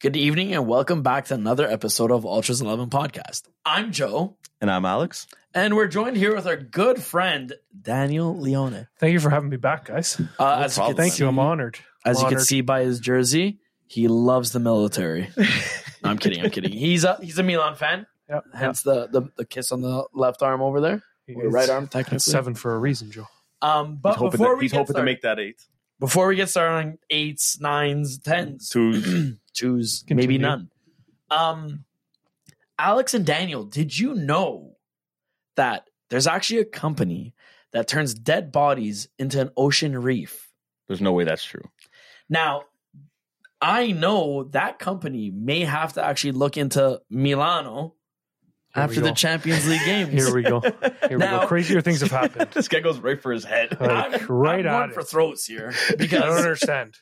Good evening and welcome back to another episode of Ultras 11 podcast. I'm Joe And I'm Alex. and we're joined here with our good friend Daniel Leone. Thank you for having me back, guys. Uh, as you problem. can Thank you. I'm honored. As you can Honored. see by his jersey, he loves the military. No, I'm kidding. I'm kidding. He's a he's a Milan fan. Yep. yep. Hence the, the the kiss on the left arm over there, or It's- right arm It's technically. seven for a reason, Joe. Um, He's but hoping, before that- we he's get hoping to started- make that eight. before we get started on eights, nines, tens, Twos. twos, Continue. maybe none. Um, Alex and Daniel, did you know that there's actually a company that turns dead bodies into an ocean reef? There's no way that's true. Now, I know that company may have to actually look into Milano Here we after the go. Champions League games. Here we go. Here we Now- go. Crazier things have happened. this guy goes right for his head. Like, I'm, right I'm at one it. for throats here I don't because understand.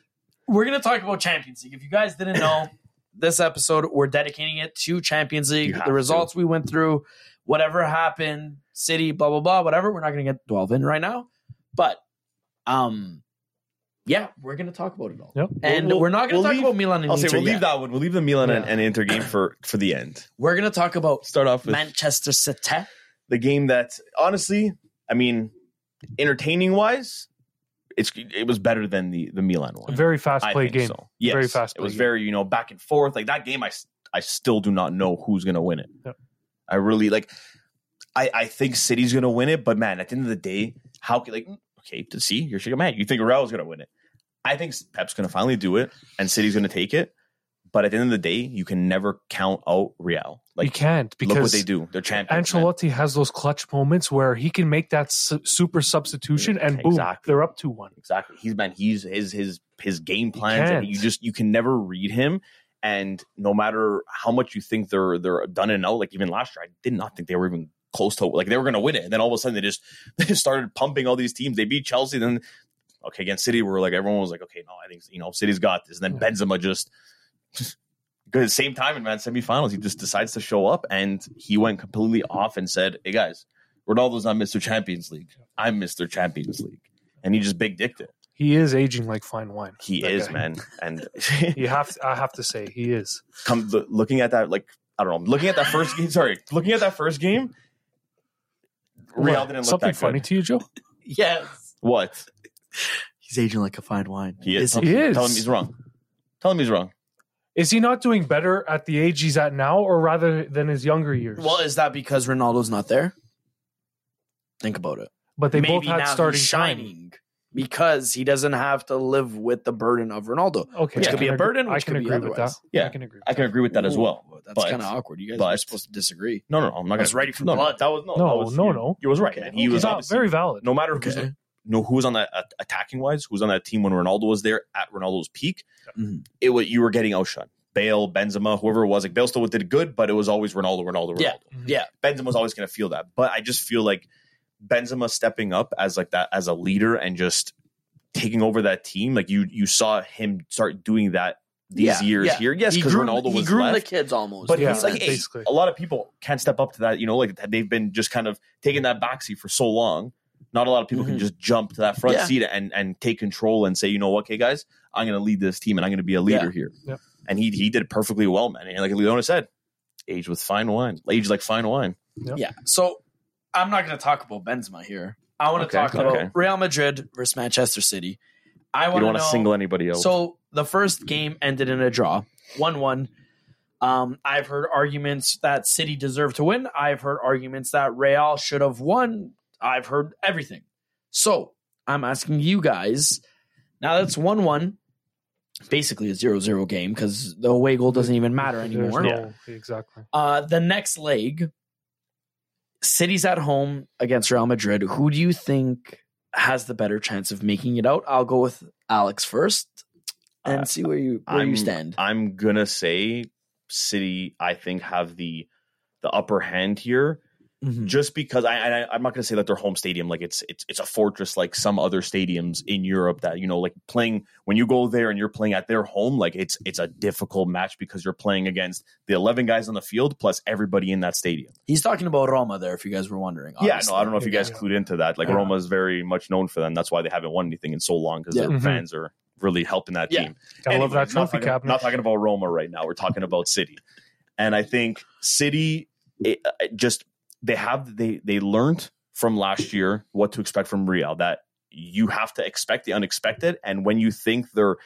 we're going to talk about Champions League. If you guys didn't know, this episode we're dedicating it to Champions You League, have the results we went through, whatever happened, City, blah blah blah, whatever. We're not going to get dwelled in right now, but um, yeah, we're going to talk about it all, Yep. and We'll- we're not going to we'll talk leave- about Milan and I'll say Inter we'll yet. leave that one. We'll leave the Milan and, Yeah. and Inter game for, for the end. We're going to talk about Start off with Manchester City. the game that honestly, I mean, entertaining wise, it's it was better than the the Milan A one. very fast I play think game. so. Yes, Very fast It was play game. very you know back and forth like that game. I s- I still do not know who's gonna win it. Yep. I really like. I I think City's gonna win it, but man, at the end of the day, how can like okay to see you're shaking man. You think Real's gonna win it? I think Pep's gonna finally do it, and City's gonna take it. But at the end of the day, you can never count out Real. you Like can't because look what they do. They're champions. man. Ancelotti has those clutch moments where he can make that su- super substitution and boom, Exactly. they're up to one. Exactly. He's man. He's his his his game plans. can't. and You just you can never read him. And no matter how much you think they're they're done and out, like even last year, I did not think they were even close to like they were going to win it. And then all of a sudden, they just they just started pumping all these teams. They beat Chelsea, then okay against City, where like everyone was like, okay, no, I think you know City's got this. And then Benzema just. Good. Same time in man semifinals, he just decides to show up, and he went completely off and said, "Hey guys, Ronaldo's not Mr. Champions League. I'm Mr. Champions League," and he just big dicked it. He is aging like fine wine. He That is, guy. man. And You have to, I have to say he is. come the, looking at that, like I don't know, looking at that first game. Sorry, looking at that first game, Real What? didn't look Something that funny good. to you, Joe? Yes, What he's aging like a fine wine. he is? He is. Tell him he's wrong. Tell him he's wrong. Is he not doing better at the age he's at now, or rather than his younger years? Well, is that because Ronaldo's not there? Think about it. but they both Maybe now had he's starting time. shining because he doesn't have to live with the burden of Ronaldo. Okay, Which I could be can a agree- burden, I which can could be agree with that. otherwise. Yeah, I can agree. With I can agree with that as well. Ooh, that's but- kind of awkward. You guys are but- supposed to disagree. No, no, no I'm not I gonna was ready for no, no, blood. that was no, No, that was, no, you, no. You was right. Okay. man. He that. was Val- obviously- very valid. no matter who's no who was on that uh, attacking wise, who was on that team when Ronaldo was there at Ronaldo's peak, Mm-hmm. Mhm. it was you were getting outshone. Bale, Benzema, whoever it was, like Bale still did good, but it was always Ronaldo, Ronaldo, Ronaldo. Yeah. Yeah. Benzema's always going to feel that. But I just feel like Benzema stepping up as like that as a leader and just taking over that team. Like you you saw him start doing that these Yeah, years yeah. here. Yes, He because grew- Ronaldo he was grew the left. kids almost. but Yeah, he's like, hey, basically. a lot of people can't step up to that. You know, like they've been just kind of taking that backseat for so long. Not a lot of people Mhm. can just jump to that front Yeah. seat and and take control and say, you know what, okay, guys, I'm going to lead this team and I'm going to be a leader here. Yeah. And he he did it perfectly well, man. And like Leona said, age with fine wine, age like fine wine. yeah. So I'm not going to talk about Benzema here. I want to Okay, talk okay. about Real Madrid versus Manchester City. I You want don't to want know. to single anybody out. So the first game ended in a draw, one-one. Um, I've heard arguments that City deserved to win. I've heard arguments that Real should have won. I've heard everything. So I'm asking you guys. Now that's one-one, basically a zero-zero game because the away goal doesn't even matter There's anymore. No, Exactly. Uh, the next leg, City's at home against Real Madrid. Who do you think has the better chance of making it out? I'll go with Alex first and Uh, see where you where I'm- you stand. I'm gonna say City, I think, have the the upper hand here, Mhm. just because I, I I'm not gonna say that their home stadium like it's it's it's a fortress like some other stadiums in Europe that you know like playing when you go there and you're playing at their home like it's it's a difficult match because you're playing against the 11 guys on the field plus everybody in that stadium. He's talking about Roma there, if you guys were wondering. Yeah, no, I don't know if you guys Yeah. clued into that. Like Yeah. Roma is very much known for them. That's why they haven't won anything in so long because Yeah. their Mhm. fans are really helping that Yeah. team. I Anyway, love that not trophy talking- cabinet. Not talking about Roma right now. We're talking about City, and I think City it, uh, just they have they they learned from last year what to expect from Real that you have to expect the unexpected, and when you think they're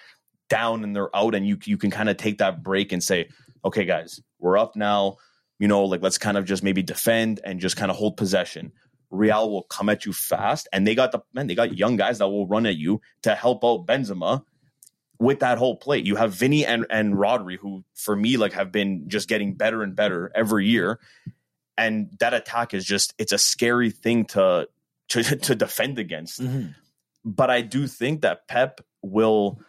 down and they're out, and you you can kind of take that break and say, okay, guys, we're up now. You know, like let's kind of just maybe defend and just kind of hold possession. Real will come at you fast, and they got the man. They got young guys that will run at you to help out Benzema with that whole play. You have Vinny and and Rodri, who for me like have been just getting better and better every year, and that attack is just it's a scary thing to to to defend against. Mm-hmm. But I do think that Pep will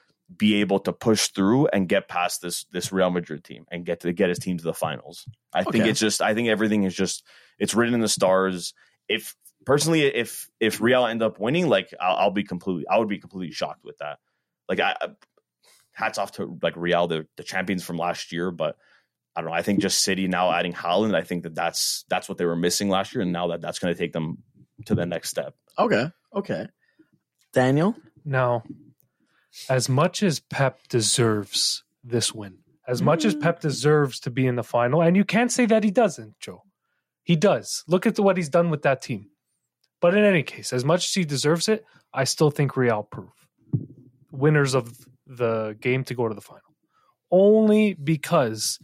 be able to push through and get past this this Real Madrid team and get to get his team to the finals. I think Okay. it's just I think everything is just it's written in the stars. If personally if if Real end up winning, like I'll, I'll be completely I would be completely shocked with that. Like I I- hats off to like Real the the champions from last year, but I don't know. I think just City now adding Holland, I think that that's that's what they were missing last year, and now that that's going to take them to the next step. Okay. Okay. Daniel. Now, as much as Pep deserves this win, as much as Pep deserves to be in the final, and you can't say that he doesn't, Joe. He does. Look at the- what he's done with that team. But in any case, as much as he deserves it, I still think Real prove winners of the game to go to the final. Only because,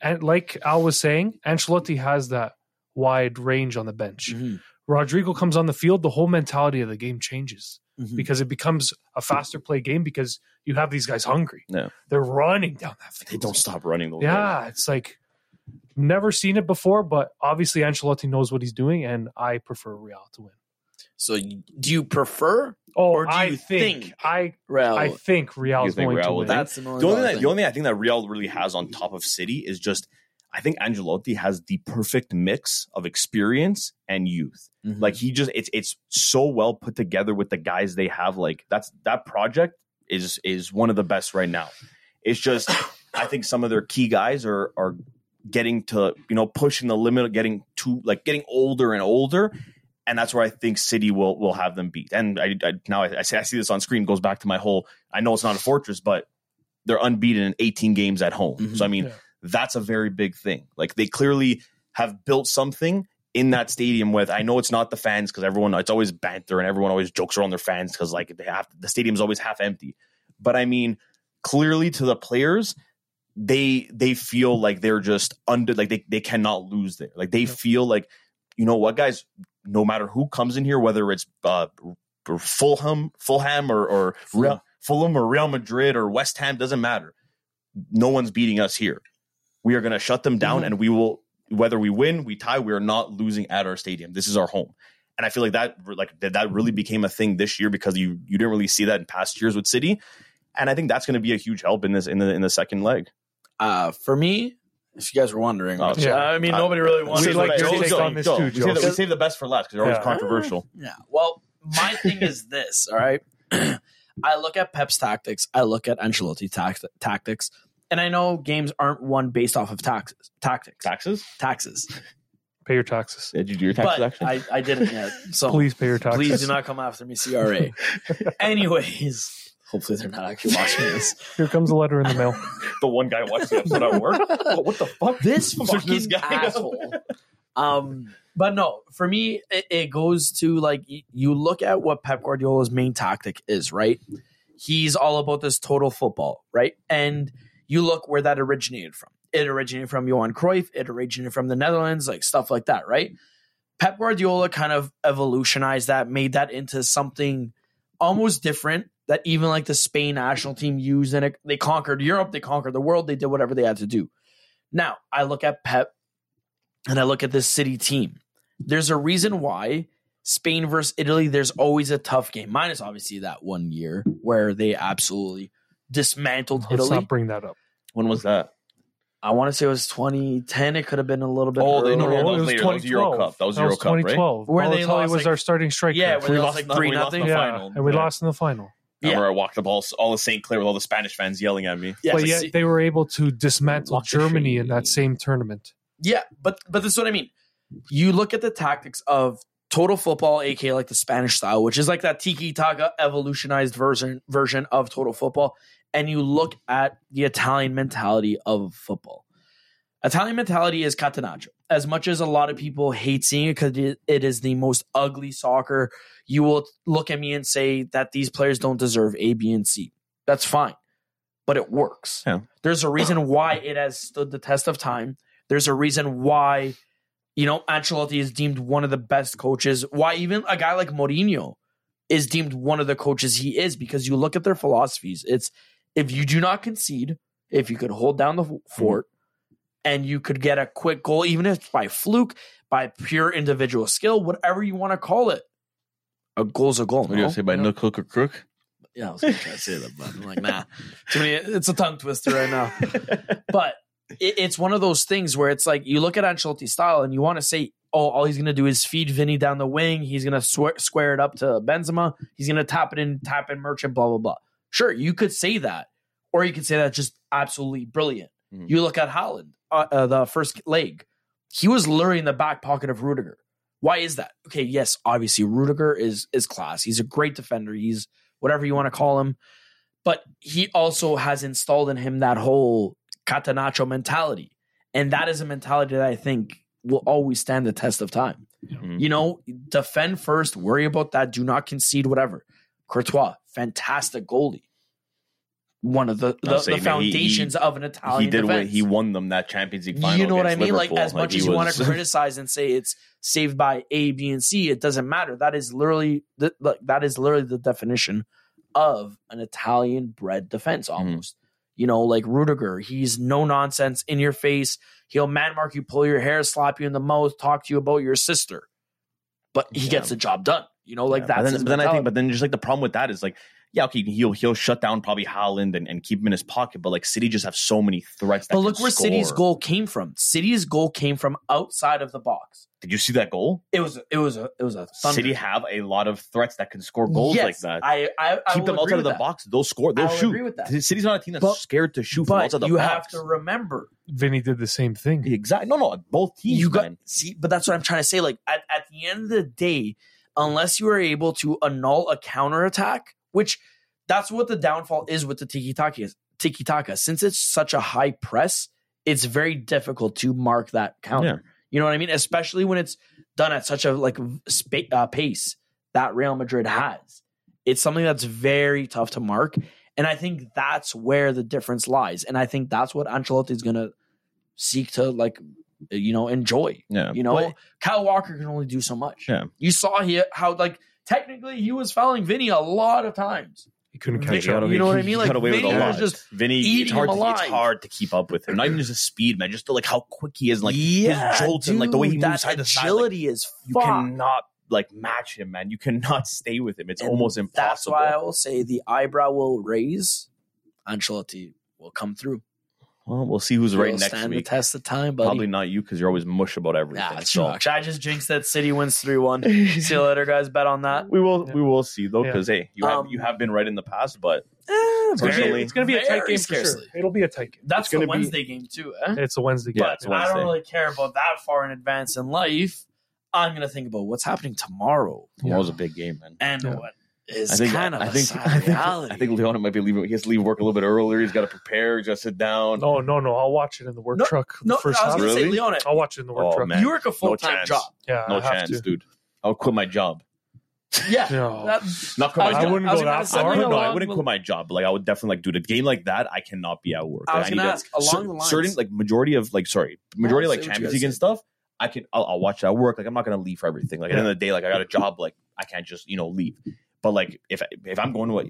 and like Al was saying, Ancelotti has that wide range on the bench. Mm. Mm-hmm. Rodrigo comes on the field, the whole mentality of the game changes Mm-hmm. because it becomes a faster play game because you have these guys hungry. Yeah. They're running down that field. They don't stop running. Those guys. Yeah, it's like never seen it before, but obviously Ancelotti knows what he's doing, and I prefer Real to win. So, y- do you prefer Oh, Or do I you think, think- I Real? I think Real's Oh. You think going Real to will win. think? That's the only, The only, thing, the only thing I think that Real really has on top of City is just I think Angelotti has the perfect mix of experience and youth. Mm-hmm. Like he just it's it's so well put together with the guys they have. Like that's that project is is one of the best right now. It's just I think some of their key guys are are getting to you know pushing the limit, getting too like getting older and older. And that's where I think City will will have them beat. And I, I now I, I see I see this on screen goes back to my whole. I know it's not a fortress, but they're unbeaten in 18 games at home. Mhm. So I mean, Yeah. that's a very big thing. Like they clearly have built something in that stadium with I know it's not the fans because everyone it's always banter and everyone always jokes around their fans because like they have the stadium's always half empty. But I mean, clearly to the players, they they feel like they're just under like they, they cannot lose there. Like they Yeah. feel like, you know what, guys, no matter who comes in here, whether it's uh or Fulham, Fulham or or Real, Fulham or Real Madrid or West Ham, doesn't matter. No one's beating us here. We are gonna shut them down Mhm. and we will whether we win, we tie, we are not losing at our stadium. This is our home. And I feel like that like that, that really became a thing this year because you you didn't really see that in past years with City. And I think that's going to be a huge help in this in the in the second leg. uh, for me, if you guys were wondering, Oh, which, yeah. uh, I mean, Uh, nobody really We wanted. We'd like to- your Joe, take Joe, on this Joe, too, we Joe. save the- We save the best for last because they're always Yeah. controversial. Yeah. Well, my thing is this. All right. I look at Pep's tactics. I look at Ancelotti tact- tactics, and I know games aren't won based off of tax- tactics. Taxes? taxes. Pay your taxes. Did you do your but I, I didn't yet. So Please pay your taxes. please do not come after me, CRA. Anyways, hopefully they're not actually watching this. Here comes a letter in the mail. the one guy watched the episode at work. What, what the fuck? This Who's fucking this guy? asshole. Um, but no, for me, it, it goes to like y- you look at what Pep Guardiola's main tactic is, right? He's all about this total football, right? And you look where that originated from. It originated from Johan Cruyff. It originated from the Netherlands, like stuff like that, right? Pep Guardiola kind of evolutionized that, made that into something almost different that even like the Spain national team used, and it, they conquered Europe, they conquered the world, they did whatever they had to do. Now, I look at Pep and I look at this City team. There's a reason why Spain versus Italy, there's always a tough game. Minus obviously that one year where they absolutely dismantled Let's Italy. not bring that up. When was that? I want to say it was 2010. It could have been a little bit. Oh, they earlier. no, no, it that was later. That was Euro Cup. That was Euro Cup, right? 2012. Where they Balotelli lost, was like- our starting striker. Yeah, where We they lost lost like the- three we lost the nothing. Yeah. yeah, final. and we Yeah. lost in the final. Yeah. Yeah. Where I walked up all all the St. Clair with all the Spanish fans yelling at me. Yeah, but but yet see- they were able to dismantle Walk the Germany in shade. that same tournament. Yeah, but but this is what I mean. You look at the tactics of Total Football, aka like the Spanish style, which is like that tiki taka evolutionized version version of Total Football, and you look at the Italian mentality of football. Italian mentality is catenaccio. As much as a lot of people hate seeing it because it it is the most ugly soccer, you will look at me and say that these players don't deserve A, B, and C. That's fine, but it works. Yeah. There's a reason why it has stood the test of time. There's a reason why, you know, Ancelotti is deemed one of the best coaches. Why even a guy like Mourinho is deemed one of the coaches he is because you look at their philosophies. It's if you do not concede, if you could hold down the f- Mm-hmm. fort and you could get a quick goal, even if it's by fluke, by pure individual skill, whatever you want to call it, a goal's a goal. What do you no? say by You know? nook, hook, or crook? Yeah, I was gonna try to say that, but I'm like, nah. Too many. It's a tongue twister right now. But it, it's one of those things where it's like you look at Ancelotti's style and you want to say, oh, all he's gonna do is feed Vinny down the wing. He's gonna swear, square it up to Benzema. He's gonna tap it in, tap in Merchant, blah blah blah. Sure, you could say that, or you could say that just absolutely brilliant. Mhm. You look at Holland, uh, uh, the first leg, he was luring the back pocket of Rudiger. Why is that? Okay, yes, obviously Rudiger is is class. He's a great defender. He's whatever you want to call him. But he also has installed in him that whole Catanacho mentality. And that is a mentality that I think will always stand the test of time. Mhm. You know, defend first, worry about that, do not concede, whatever. Courtois, fantastic goldie. One of the, I'm the, the saying, man, he- foundations of an Italian. he did win. defense. He won them that Champions League final. You know what I against mean? Liverpool. Like as much he as you want was- to criticize and say it's saved by A, B, and C, it doesn't matter. That is literally the, like that is literally the definition of an Italian bred defense Mm-hmm. almost. You know, like Rudiger, he's no nonsense in your face. He'll man mark you, pull your hair, slap you in the mouth, talk to you about your sister. But he Yeah. gets the job done. You know, like that's Yeah, But then, his but then I mentality. think, but then just like the problem with that is like, yeah, okay, he'll he'll shut down probably Holland and, and keep him in his pocket, but like City just have so many threats. That But can look where score. City's goal came from. City's goal came from outside of the box. Did you see that goal? It was it was a it was a thunder. City have a lot of threats that can score goals like that. I, I, I keep will them agree outside with of the that. box; they'll score. I They'll will shoot. agree with that. City's not a team that's But- scared to shoot from But outside the you have box. to remember, Vinny did the same thing. exactly. No, no, both teams. you got man. see. But that's what I'm trying to say. Like at, at the end of the day, unless you are able to annul a counterattack, which that's what the downfall is with the tiki taka. is- Tiki taka, since it's such a high press, it's very difficult to mark that counter. Yeah. You know what I mean? Especially when it's done at such a like spa- uh, pace that Real Madrid has. It's something that's very tough to mark, and I think that's where the difference lies. And I think that's what Ancelotti is going to seek to like, you know, enjoy. yeah, You know, But- Kyle Walker can only do so much. Yeah. You saw he, how like technically he was fouling Vinny a lot of times. He couldn't Vinny, catch you up. know what I mean? He Like, got away with a Vinny lot. was just Vinny, eating it's hard, him to, it's alive. hard to keep up with him. Not even just his speed, man. Just the, like how quick he is, like his jolts and like the way he dude, moves that side to side. Like, agility is you fucked. cannot like match him, man. You cannot stay with him. It's And almost That's impossible. why I will say the eyebrow will raise. Ancelotti will come through. well, we'll see who's He'll right next stand week. the test of time, buddy. Probably not you because you're always mush about everything. Nah, it's so. I just jinxed that City wins 3 1. See you later, guys. Bet on that. we will Yeah. we will see though Yeah. because hey, you have Um, you have been right in the past, but It's gonna be- Personally- it's going to be a tight Very game for scarcely. sure. It'll be a tight game. That's It's the gonna be- Wednesday game, too. Eh? It's a Wednesday game. Yeah, it's but I Wednesday. don't really care about that far in advance in life. I'm going to think about what's happening tomorrow tomorrow's a big game, man. and Yeah. what is I think kind of I a think I sad think, reality. I think Leona might be leaving. He has to leave work a little bit earlier. He's got to prepare. He's got to sit down. No, no, no. I'll watch it in the work No, truck. no, the first I was half. going to say, Really? Leona, I'll watch it in the work Oh, truck. man. you work a full time chance. job. Yeah, No I have chance, to. dude. I'll quit my job. Yeah. No. That- Not quit I my was job. gonna- wouldn't I was gonna go that say, I something far. wouldn't, no, I along wouldn't the- quit my job. But, like, I would definitely like, dude, a game like that, I cannot be at work. I was Like, need gonna to- ask, along cer- the lines- certain like majority of like sorry majority No, of, say like what you Champions gotta League and say. stuff. I can I'll, I'll watch that work. Like, I'm not gonna leave for everything. Like, at the end of the day, like, I got a job. Like, I can't just you know leave. But like, if if I'm going to a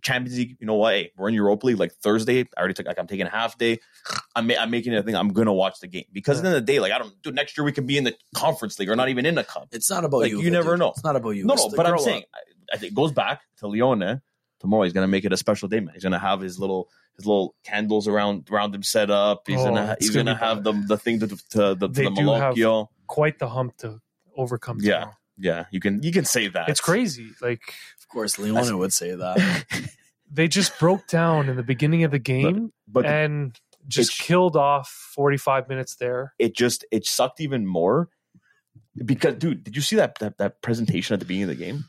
Champions League, you know what? Hey, we're in Europa League. Like Thursday, I already took. Like, I'm taking a half day. I'm, ma- I'm making it a thing. I'm gonna watch the game because at the end of the day, like, I don't. Dude, next year we can be in the Conference League or not even in the cup. It's not about Like, you. you never dude. know. It's not about you. No, It's no, the but I'm grow up. saying I, I think it goes back to Leone. Tomorrow he's gonna make it a special day, man. He's gonna have his little his little candles around around him set up. He's Oh, gonna it's he's gonna gonna be have the the thing to to, to the, to They the do have- Malocchio. Quite the hump to overcome. Yeah. tomorrow. Yeah, you can you can say that. It's crazy. Like Of course, Leona would say that. they just broke down in the beginning of the game but the- and just it's- killed off 45 minutes there. it just it sucked even more because dude, did you see that that, that presentation at the beginning of the game?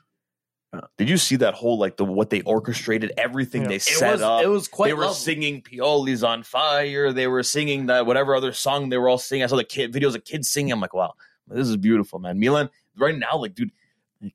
Did you see that whole like the what they orchestrated everything Uh. Yeah. they It set was up? it was quite they were lovely. singing Pioli's on fire. They were singing that whatever other song they were all singing. I saw the kid videos of kids singing. I'm like, wow, this is beautiful, man. Milan right now, like, dude,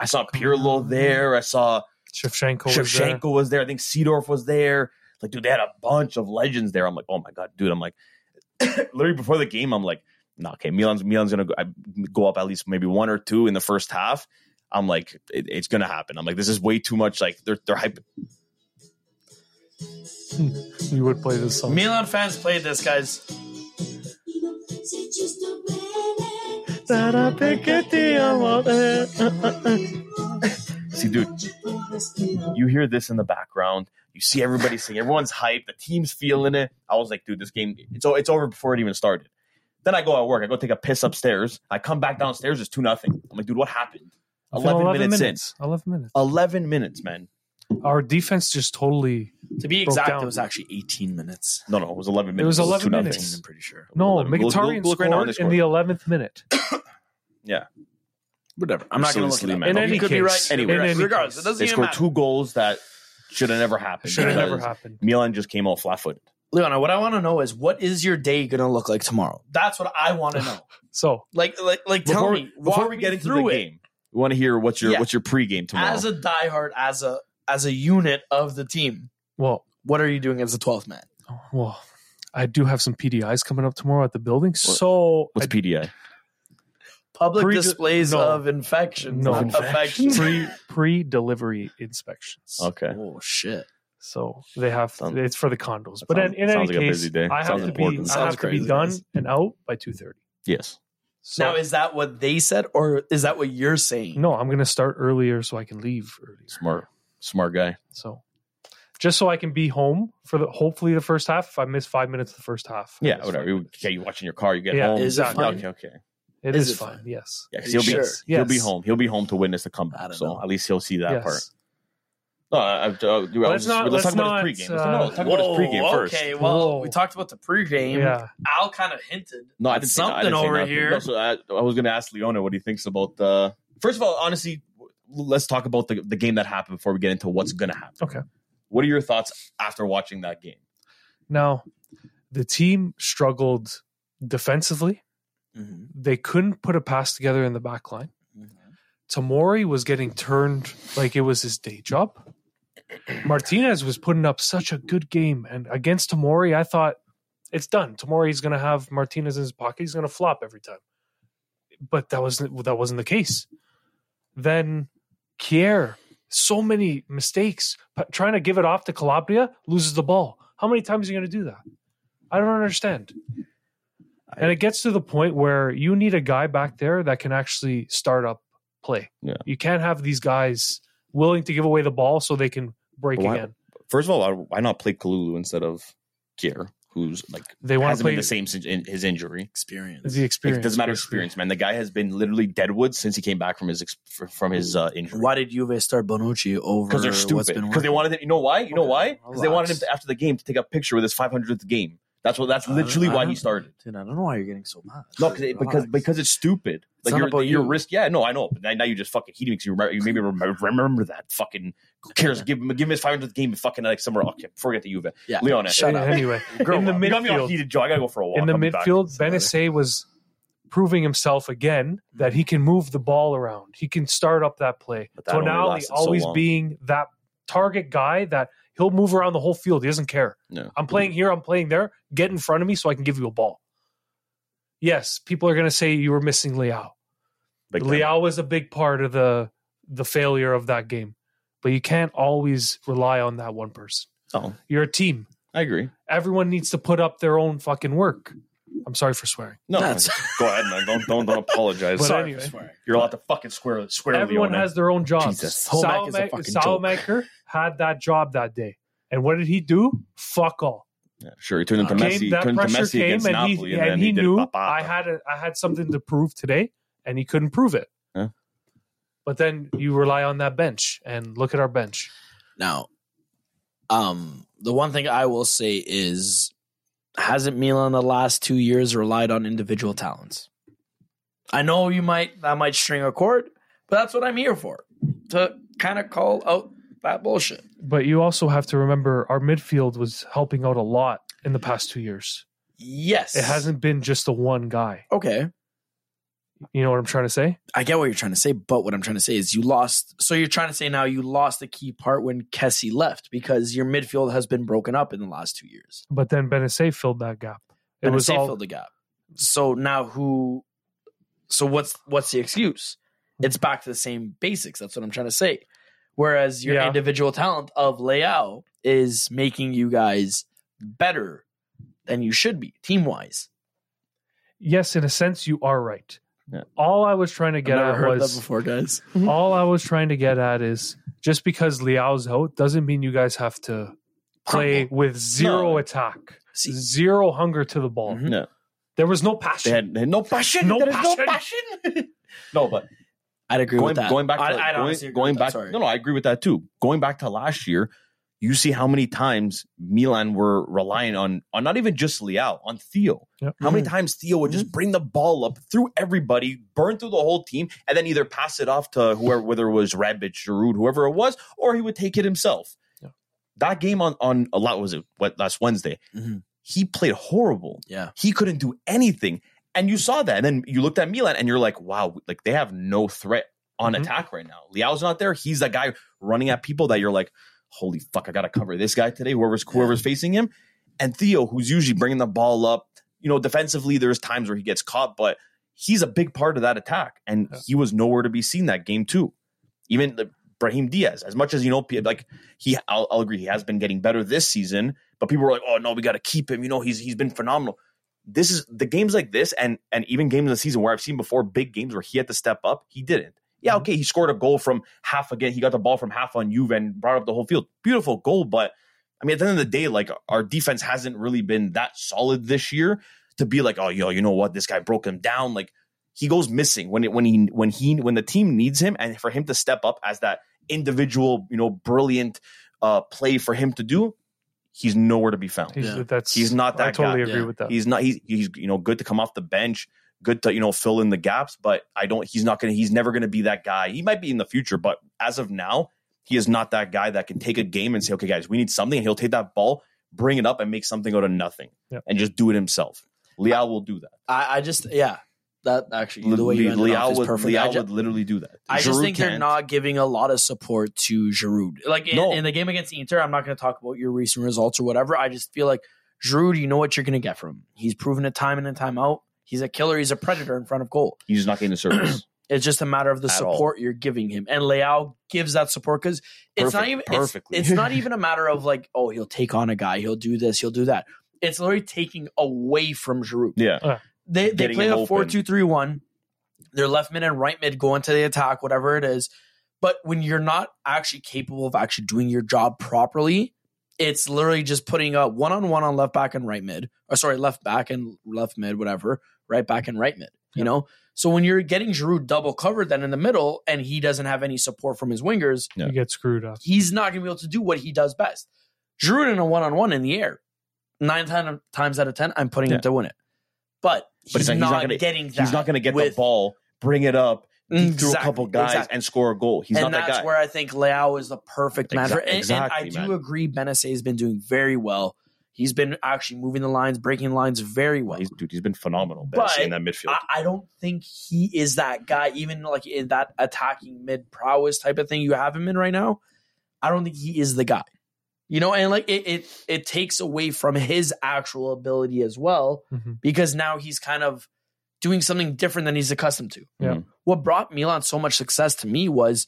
I saw Pirlo there. I saw Shevchenko. Mm-hmm. was there. Shevchenko was there. I think Seedorf was there. Like, dude, they had a bunch of legends there. I'm like, oh my god, dude. I'm like, literally before the game, I'm like, nah, okay, Milan's Milan's gonna go, I- go up at least maybe one or two in the first half. I'm like, it- it's gonna happen. I'm like, this is way too much. Like, they're they're hype. You would play this song. Milan fans played this, guys. Sei giusto bene, See, dude, you hear this in the background. You see everybody singing. Everyone's hyped. The team's feeling it. I was like, dude, this game, it's, o- it's over before it even started. Then I go at work. I go take a piss upstairs. I come back downstairs. It's 2 nothing. I'm like, dude, what happened? For 11, minutes, Um, Eleven minutes. in. 11 minutes, man. Our defense just totally. To be Broke exact, down. it was actually 18 minutes. No, no, it was 11 minutes. was 11 2-0. minutes. I'm pretty sure. No, Look- look- Mkhitaryan look right scored now on the in the eleventh minute. Whatever. I'm not going to look it Silly up. man. In You any could be case- right. you could be in right. any regardless, case, it doesn't They even scored matter. two goals that should have never happened. Should have never because happened. Milan just came out flat footed. Leona, what I want to know is what is your day going to look like tomorrow? That's what I want to know. So like, like, like, tell Before, me. before walk we me get into the through it. game, we want to hear what's your Yeah. what's your pregame tomorrow. as a diehard, as a as a unit of the team, well, what are you doing as the twelfth man? well, I do have some PDIs coming up tomorrow at the building. So what's PDI? Public Pre- displays no. of infection, No. not Infections. affections. pre pre delivery inspections. Okay. Oh shit! So they have Sounds- it's for the condos. that But in, sounds- in any sounds like a case, busy day. I have Sounds to important. be I Sounds have to be crazy, done guys. and out by two thirty. Yes. So now, is that what they said, or is that what you're saying? no, I'm gonna start earlier so I can leave earlier. Smart. Smart guy. So just so I can be home for the hopefully the first half. If I miss five minutes of the first half, I Yeah, miss whatever. five You, minutes. okay, you watch in your car, you get Yeah, home. exactly. Yeah, Okay, okay. It Is is it fun. fun? Yes. Yeah, 'cause he'll be Sure. he'll be Yes. home. He'll be home to witness the I comeback. don't So know. at least he'll see that yes. part. No, I, I, I, Let's not- let's, let's talk about not, uh, his pregame. Let's, no, let's talk Whoa, about his pregame first. Okay, well, Whoa. we talked about the pregame. Yeah. Al kind of hinted. No, I didn't say- I Something didn't say over nothing. here. No, so I, I was going to ask Leona what he thinks about the. First of all, honestly, w- let's talk about the, the game that happened before we get into what's going to happen. Okay. What are your thoughts after watching that game? Now, the team struggled defensively. Mm-hmm, They couldn't put a pass together in the back line. Tamori was getting turned like it was his day job. Martinez was putting up such a good game. And against Tamori, I thought it's done. Tamori's going to have Martinez in his pocket. He's going to flop every time. But that wasn't that wasn't the case. Then Kier, so many mistakes, P- trying to give it off to Calabria, loses the ball. How many times are you going to do that? I don't understand. And it gets to the point where you need a guy back there that can actually start up play. Yeah. You can't have these guys willing to give away the ball so they can break Why- again. First of all, why- why not play Kalulu instead of Kier, who's like They want to hasn't play been the same since in his injury. Experience. the It experience. doesn't matter basically. experience, man. The guy has been literally deadwood since he came back from his ex- fr- from his uh, injury. Why did Juve start Bonucci over? Because they're stupid. Because they wanted it. You know why? You know why? Because they wanted him to, after the game to take a picture with his 500th game. That's what. That's I don't- literally I why don't- he started. Dude, I don't know why you're getting so mad. No, cause it, because Relax. because it's stupid. It's like not you're, about you're you. risk. Yeah, no, I know. But now- now you just fucking heating because you remember. You maybe remember, remember that fucking. Who cares? Give him give him his 500th game and fucking like somewhere. Okay, forget the Juve. yeah, Leona. shut up. Anyway, Grow in the up. You got me all midfield, heated, Joe. I gotta go for a walk. in the I'll be back. midfield, Benesse was proving himself again that he can move the ball around. He can start up that play. But that only Tonali lasted so always long. being that target guy that he'll move around the whole field. He doesn't care. No. I'm playing here, I'm playing there. Get in front of me so I can give you a ball. Yes, people are going to say you were missing Liao. Big time. Liao was a big part of the the failure of that game. But you can't always rely on that one person. Oh, You're a team. I agree. Everyone needs to put up their own fucking work. I'm sorry for swearing. No, That's- go ahead, man. Don't don't don't apologize. But Sorry. anyway. You're allowed to fucking square square. Everyone Leona. has their own job. Jesus, Solmack is a fucking joke. Salmaker had that job that day. And what did he do? Fuck all. Yeah, sure, he turned into Came- Messi. He that turned into pressure Messi came against and he, Napoli, and, and then he he, did knew it. I had a, I had something to prove today, and he couldn't prove it. Yeah. But then you rely on that bench, and look at our bench. Now, um, the one thing I will say is, hasn't Milan the last two years relied on individual talents? I know you might that might string a chord, but that's what I'm here for to kind of call out that bullshit. But you also have to remember our midfield was helping out a lot in the past two years. Yes, It hasn't been just the one guy. Okay, You know what I'm trying to say? I get what you're trying to say, but what I'm trying to say is you lost. So you're trying to say now you lost the key part when Kessie left because your midfield has been broken up in the last two years. But then Benassay filled that gap. It It was all filled the gap. So now who? So what's what's the excuse? Hmm. It's back to the same basics. That's what I'm trying to say. Whereas your Yeah. individual talent of Leao is making you guys better than you should be team wise. yes, in a sense, you are right. Yeah. All I was trying to get Never at heard that was before, guys. all I was trying to get at is just because Liao's out doesn't mean you guys have to play with zero No. attack, See- zero hunger to the ball. Mhm. No. There was no They passion. had, they had no passion. No There is passion. no passion. no, but I'd agree going, with that. going back to I, like, I'd going, honestly agree going with that, back. sorry. No, no, I agree with that too. Going back to last year, you see how many times Milan were relying on on not even just Liao on Theo. Yeah. How many times Theo would just bring the ball up through everybody, burn through the whole team, and then either pass it off to whoever, whether it was Rabic, Giroud, whoever it was, or he would take it himself. Yeah. That game on on a lot was it what last Wednesday? Mhm. He played horrible. Yeah. He couldn't do anything. And you saw that. And then you looked at Milan and you're like, wow, like they have no threat on Mhm. attack right now. Liao's not there. He's that guy running at people that you're like, holy fuck, I got to cover this guy today, whoever's, whoever's facing him. And Theo, who's usually bringing the ball up, you know, defensively, there's times where he gets caught, but he's a big part of that attack. And Yeah. he was nowhere to be seen that game, too. Even the Brahim Diaz, as much as, you know, pe- like he, I'll, I'll agree, he has been getting better this season, but people were like, oh, no, we got to keep him. You know, he's he's been phenomenal this is the games like this and and even games in the season where I've seen before big games where he had to step up, he didn't. Yeah, okay, he scored a goal from half again. He got the ball from half on Juve and brought up the whole field. Beautiful goal, but I mean at the end of the day, like our defense hasn't really been that solid this year to be like, oh yo, you know what? This guy broke him down. Like he goes missing when it when he when he when the team needs him and for him to step up as that individual, you know, brilliant uh play for him to do, he's nowhere to be found. He's, Yeah. That's He's not I that totally guy. agree Yeah. with that. He's not. He's, he's you know good to come off the bench, good to you know fill in the gaps. But I don't. He's not gonna. He's never gonna be that guy. He might be in the future, but as of now, he is not that guy that can take a game and say, okay, guys, we need something. And he'll take that ball, bring it up, and make something out of nothing, Yeah. and just do it himself. Liao will do that. I, I just yeah. That actually the way you Li- ended off Liao is would, perfect. I Liao ju- would literally do that. I just Giroud think they're can't. not giving a lot of support to Giroud. Like in, No. in the game against Inter, I'm not going to talk about your recent results or whatever. I just feel like Giroud, you know what you're going to get from him. He's proven it time in and time out. He's a killer. He's a predator in front of goal. He's just not getting the service. It's just a matter of the At all. support you're giving him. And Leao gives that support because it's not Perfect- even it's- perfectly. It's, not even a matter of like, oh, he'll take on a guy, he'll do this, he'll do that. It's literally taking away from Giroud yeah, they they getting play him a open. 4 2 3 1. Their left mid and right mid go into the attack, whatever it is. But when you're not actually capable of actually doing your job properly, it's literally just putting a one on one on left back and right mid, or sorry, left back and left mid, whatever, right back and right mid, you know? So when you're getting Giroud double covered then in the middle and he doesn't have any support from his wingers, Yeah. You get screwed up. he's not going to be able to do what he does best. Giroud in a one on one in the air, nine time, times out of ten, I'm putting Yeah. him to win it. But he's, But it's like he's not, not gonna- getting that. he's not going to get with- the ball, bring it up, deep through a Exactly, couple guys, exactly. and score a goal. He's and not that that's guy. where I think Leao is the perfect match. Exa- for- And, and I exactly, do man. agree, Benassay has been doing very well. He's been actually moving the lines, breaking lines very well. he's, dude, he's been phenomenal But Bessie, in that midfield. I, I don't think he is that guy, even like in that attacking mid prowess type of thing you have him in right now. I don't think he is the guy. You know, and like it it, it takes away from his actual ability as well Mhm. because now he's kind of doing something different than he's accustomed to. Mm-hmm. Yeah. What brought Milan so much success to me was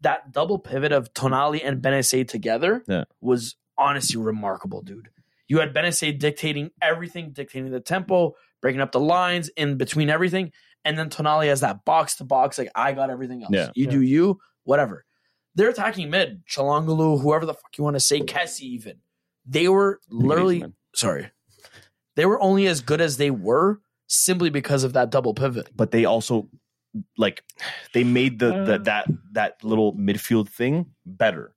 that double pivot of Tonali and Benesse together Yeah. was honestly remarkable, dude. You had Benesse dictating everything, dictating the tempo, breaking up the lines in between everything, and then Tonali has that box to box, like I got everything else. Yeah. You Yeah. do you, whatever. They're attacking mid, Chalongalu, whoever the fuck you want to say, Kessie even. They were literally sorry. They were only as good as they were simply because of that double pivot. but they also like they made the, the Uh. that that little midfield thing better.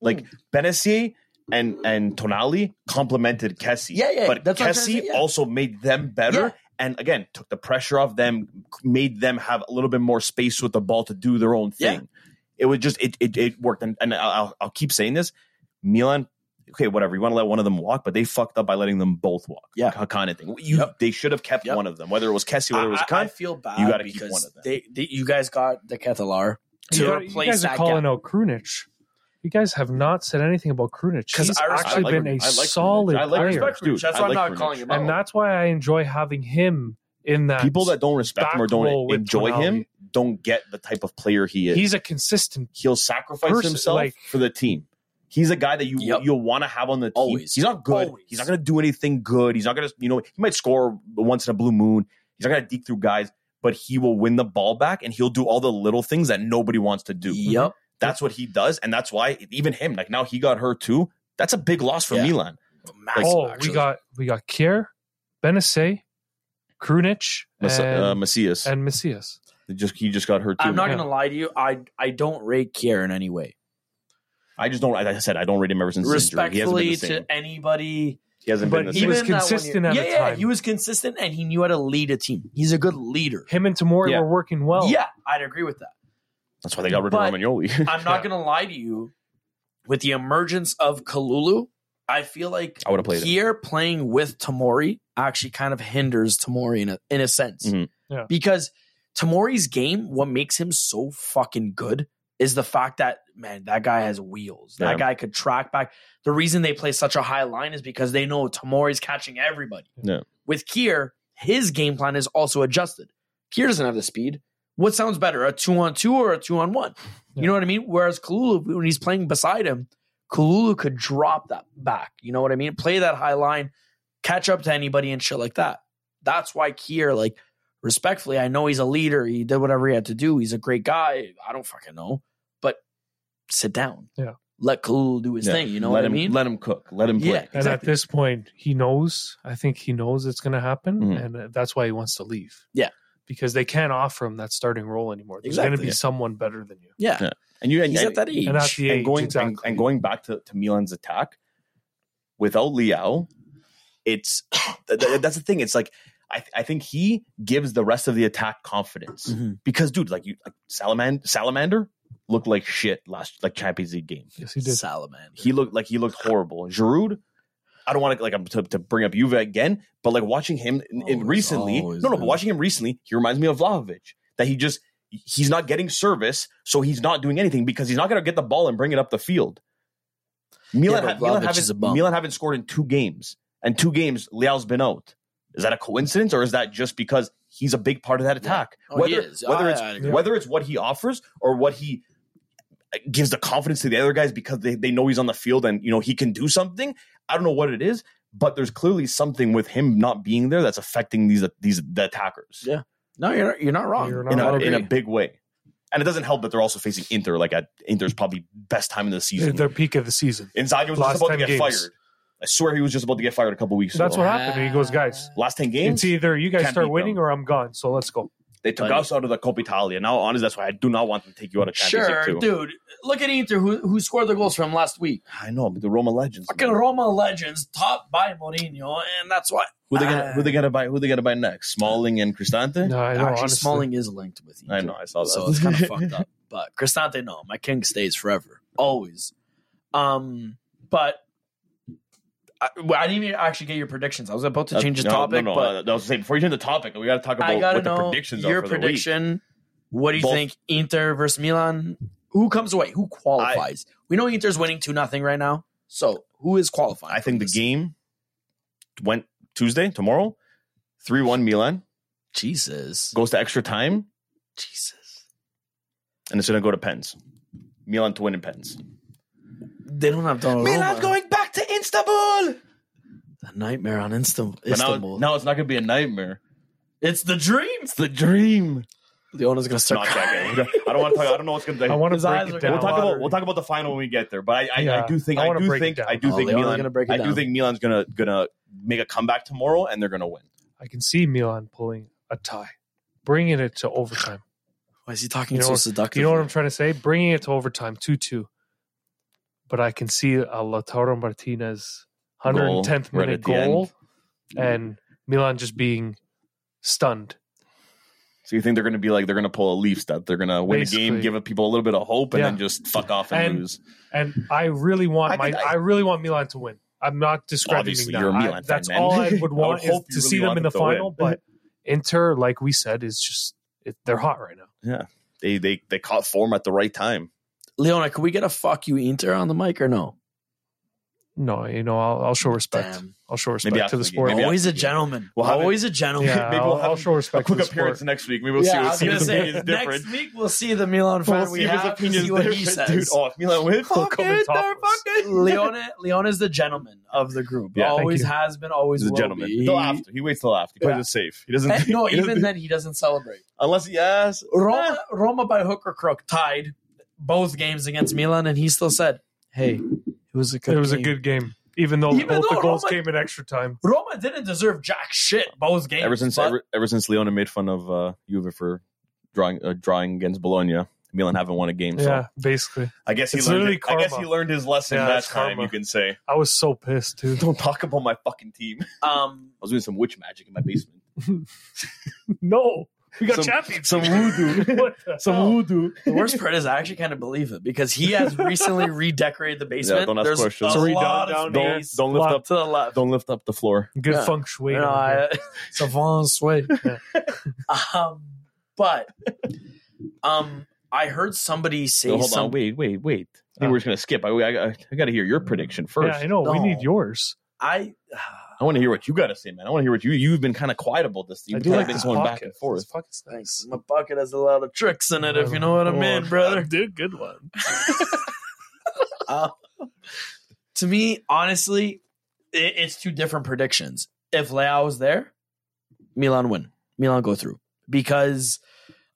Like Benessier and and Tonali complemented Kessie. Yeah, yeah, But that's what I'm trying to Kessie say, yeah. also made them better, Yeah. and again took the pressure off them, made them have a little bit more space with the ball to do their own Yeah. thing. It was just it it, it worked, and, and I'll, I'll- I'll keep saying this. Milan, okay, whatever you want to let one of them walk, but they fucked up by letting them both walk. Yeah. kind of thing. You Yep. they should have kept Yep. one of them, whether it was Kessie, whether it was I, I- I Khan. feel bad you gotta keep because one of them. They, they, you guys got the Kethalar you, to got- you replace guys are that calling gap. out Krunich. You guys have not said anything about Krunich. 'Cause He's I respect- actually I like been Krunic. a I like Krunic. solid I like- I player. respect Krunic. That's I why I'm like not Krunic. calling him out. and that's why I enjoy having him in that. People that don't respect back him or row don't with enjoy him Tonali. don't get the type of player he is. he's a consistent. He'll sacrifice Person, himself like- for the team. He's a guy that you Yep. you'll want to have on the team. Always. He's not good. Always. He's not going to do anything good. He's not going to you know he might score once in a blue moon. He's not going to deke through guys, but he will win the ball back and he'll do all the little things that nobody wants to do. Yep. That's what he does, and that's why even him like now he got hurt too. That's a big loss for Yeah. Milan. Massive, oh, actually. we got we got Kier, Benassi, Krunic, Mas- and, uh, Macias and Messias. He just he just got hurt too. I'm not Yeah. gonna lie to you. I I don't rate Kier in any way. I just don't. Like I said, I don't rate him ever since his injury. He hasn't been Respectfully the same. to anybody, He hasn't been the But he same. was even that one consistent year- at yeah, the yeah, time. he was consistent, and he knew how to lead a team. He's a good leader. Him and Tamori Yeah. were working well. yeah, I'd agree with that. That's why they got rid of But- Romagnoli. I'm not Yeah. gonna lie to you. With the emergence of Kalulu, I feel like I would have played him. Kier playing with Tamori actually kind of hinders Tamori in a, in a sense. Mhm. Yeah. Because Tamori's game, what makes him so fucking good is the fact that, man, that guy has wheels. That Yeah. guy could track back. The reason they play such a high line is because they know Tamori's catching everybody. Yeah. With Kier, his game plan is also adjusted. Kier doesn't have the speed. What sounds better, a two on two or a two on one? Yeah. You know what I mean? Whereas Kalulu, when he's playing beside him, Kalulu could drop that back. You know what I mean? Play that high line, catch up to anybody and shit like that. That's why Kier, like, respectfully, I know he's a leader. He did whatever he had to do. He's a great guy. I don't fucking know. But sit down. Yeah. Let Kalulu do his Yeah. thing. You know let what him, I mean? Let him cook. Let him play. Yeah. And at this point, he knows. I think he knows it's going to happen, Mhm. and uh, that's why he wants to leave. Yeah. because they can't offer him that starting role anymore. There's Exactly. going to be someone better than you. yeah. Yeah. And you and, He's and, at that age. And at the and age, going exactly. and, and going back to, to Milan's attack without Liao, it's th- th- that's the thing. It's like I, I think he gives the rest of the attack confidence Mhm. because dude, like you, like Salaman, Salamander looked like shit last like Champions League game. Yes, he did. Salamander. He looked like he looked horrible. Giroud, I don't want to like um, to, to bring up Juve again, but like watching him in, in Always, recently, Oh, always, no, no, but man. watching him recently, he reminds me of Vlahovic that he just he's not getting service, so he's not doing anything because he's not going to get the ball and bring it up the field. Milan, but ha- Milan Vlahovic is a haven't bum. Milan haven't scored in two games, and two games Leal's been out. Is that a coincidence, or is that just because he's a big part of that attack? Oh, he whether is. whether I- it's I agree. whether it's what he offers or what he uh, gives the confidence to the other guys because they, they know he's on the field and you know he can do something i don't know what it is but there's clearly something with him not being there that's affecting these these the attackers Oh, Yeah, no, you're not, you're not wrong. You're not in, I'll a, wrong. in a agree. big way and it doesn't help that they're also facing inter like at inter's probably best time of the season Their peak of the season. inzaghi was Last just about to 10 get games. fired i swear he was just about to get fired a couple weeks That's ago what happened. He goes, guys, last 10 it's games either you guys Can't start beat winning them. or I'm gone. So let's go. they took Funny. us out of the Coppa Italia now honest that's why I do not want them to take you out of Champions Sure, League too dude. Look at Inter, who, who scored the goals from last week. I know but the Roma legends Fucking Roma legends, taught by Mourinho, and that's why. Who they gonna Uh, who they gonna buy who they gonna buy next? Smalling and Cristante? No, I know. Actually, honestly. Smalling is linked with Inter. I know, I saw that. So it's kind of fucked up. But Cristante, no, my king stays forever, always. Um, but I, well, I didn't even actually get your predictions. I was about to That's- change the Uh, no, topic, No, no, but I was saying before you change the topic, we gotta talk about I gotta what the know predictions are your for prediction. What do you Both- think? Inter versus Milan. Who comes away? Who qualifies? we know Inter's winning two nothing right now. So who is the qualifying? week. I from think the this? game went Tuesday, tomorrow, three one Milan Jesus, goes to extra time, Jesus. and it's gonna go to pens. Milan to win in pens. They don't have Donnarumma. back to Istanbul. a nightmare on Insta- But now, Istanbul. now it's not gonna be a nightmare. it's the dream. It's the dream. Leona's gonna It's not start that crying. good. I don't want to talk. I don't know what's gonna. I want His to eyes break are gonna it down. We'll talk about we'll talk about the final when we get there. But I I, I Yeah. do think I I, wanna do break it think down. I do Oh, think Leon's Milan gonna break it I do down. think Milan's gonna gonna make a comeback tomorrow and they're gonna win. I can see Milan pulling a tie, bringing it to overtime. Why is he talking You know so what- seductive? You know what I'm trying to say? Bringing it to overtime, 2 2. But I can see a Lautaro Martinez Goal, 110th right minute at the goal and Milan just being Stunned. So you think they're going to be like they're going to pull a Leafs that they're going to win a game, Basically. give people a little bit of hope, and Yeah. then just fuck off and, And lose. And I really want I my think I- I, really want Milan to win. I'm not discrediting Obviously, that. you're a I- Milan fan, that's man. all I I would would want is hope you to see really them in the want them to win. final. But Inter, like we said, is just it, they're hot right now. They they they caught form at the right time. Leona, can we get a fuck you Inter on the mic or no? No, you know, I'll, I'll show respect. Damn. I'll show Maybe respect to after the the game. sport. Maybe Always I- a gentleman. We'll have it- Always a gentleman. yeah, maybe I'll, we'll have I'll show A respect quick to the appearance sport. next week. Maybe we'll Yeah, see, I we'll was see gonna if his say, opinion is different. Next week we'll see the Milan fan we'll we see if have. his and opinion see is what different. he Dude, says. oh, if Milan wins, Fuck it, they're Leona, Leona's the gentleman of the group. Yeah, thank always you. has been. Always He's a will gentleman. Be. Till after. He waits till after. He plays Yeah. it safe. He doesn't. And no, he doesn't- even then he doesn't celebrate. unless he asks. Roma, Roma by hook or crook tied both games against Milan, and he still said, "Hey, it was a good. It was game." a good game, even though Even both though the goals Roma- came in extra time. Roma didn't deserve jack shit both games. ever since but- ever, ever since Leona made fun of uh, Juve for drawing uh, drawing against Bologna, Milan haven't won a game. So Yeah, basically, I guess he It's learned. literally I guess karma. he learned his lesson Yeah, that it's time. karma. You can say, I was so pissed too. "Don't talk about my fucking team." I um, was doing some witch magic in my basement. no, we got Some- champions. some voodoo. what the hell? voodoo. the worst part is I actually kind of believe it because he has recently redecorated the basement. don't ask There's a questions. It's already lot done of down Don't space don't lift Lock. up. to the left. Don't lift up the floor. Good Yeah. feng shui. You know, over here. I, it's a feng shui. Yeah. um, but um, I heard somebody say No, hold on. something. Wait, wait, wait. I think Uh. we're just gonna skip. I I, I got to hear your prediction first. yeah, I know. We No. need yours. I I want to hear what you got to say, man. I want to hear what you you've been kind of quiet about this. You've I do like been this going back pocket. and forth. This pocket's thanks. nice. My bucket has a lot of tricks in it, if you know what I mean, Oh, brother. Dude, good one. Uh, to me, honestly, it, it's two different predictions. If Leao is there, Milan win. Milan go through because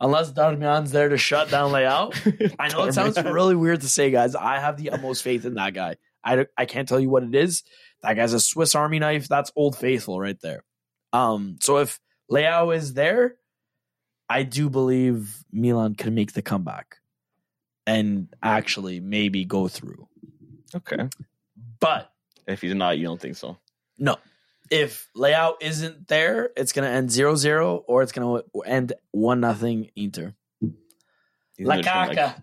unless Darmian's there to shut down Leao, I know it sounds really weird to say, guys. I have the utmost faith in that guy. I, don't- I can't tell you what it is. That guy's a Swiss Army knife. That's old faithful right there. Um, so if Leao is there, I do believe Milan can make the comeback and actually maybe go through. okay. But If he's not, you don't think so. no, if Leao isn't there, it's going to end 0 0 or it's going to end 1 nothing Inter. He's La just gonna, like, Caca. oh,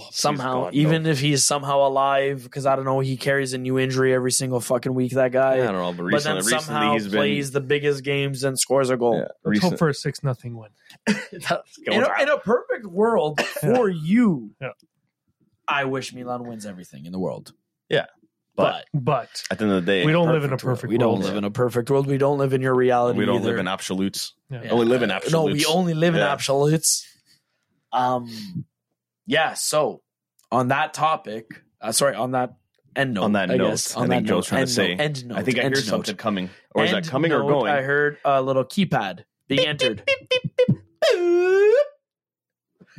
please somehow, God, no. even if he's somehow alive, because I don't know, he carries a new injury every single fucking week. That guy, I don't know, but but recently, then somehow recently he's been plays the biggest games and scores a goal. yeah, Let's hope recent- for a six nothing win. In, a, in a perfect world for you, Yeah. I wish Milan wins everything in the world. Yeah. but, But At the end of the day, we don't live in a perfect world. perfect we don't world. live in a perfect world. We don't live in your reality. We don't either. live in absolutes. Yeah. Only live in Uh, No, we absolutes. only live in Yeah. absolutes. Um, yeah. So on that topic, uh, sorry, on that end note, On that I note, guess, I on think that Joe's note, trying to end say, note, end note, I think I end hear note. something coming, or is that End coming or note, going? I heard a little keypad being entered.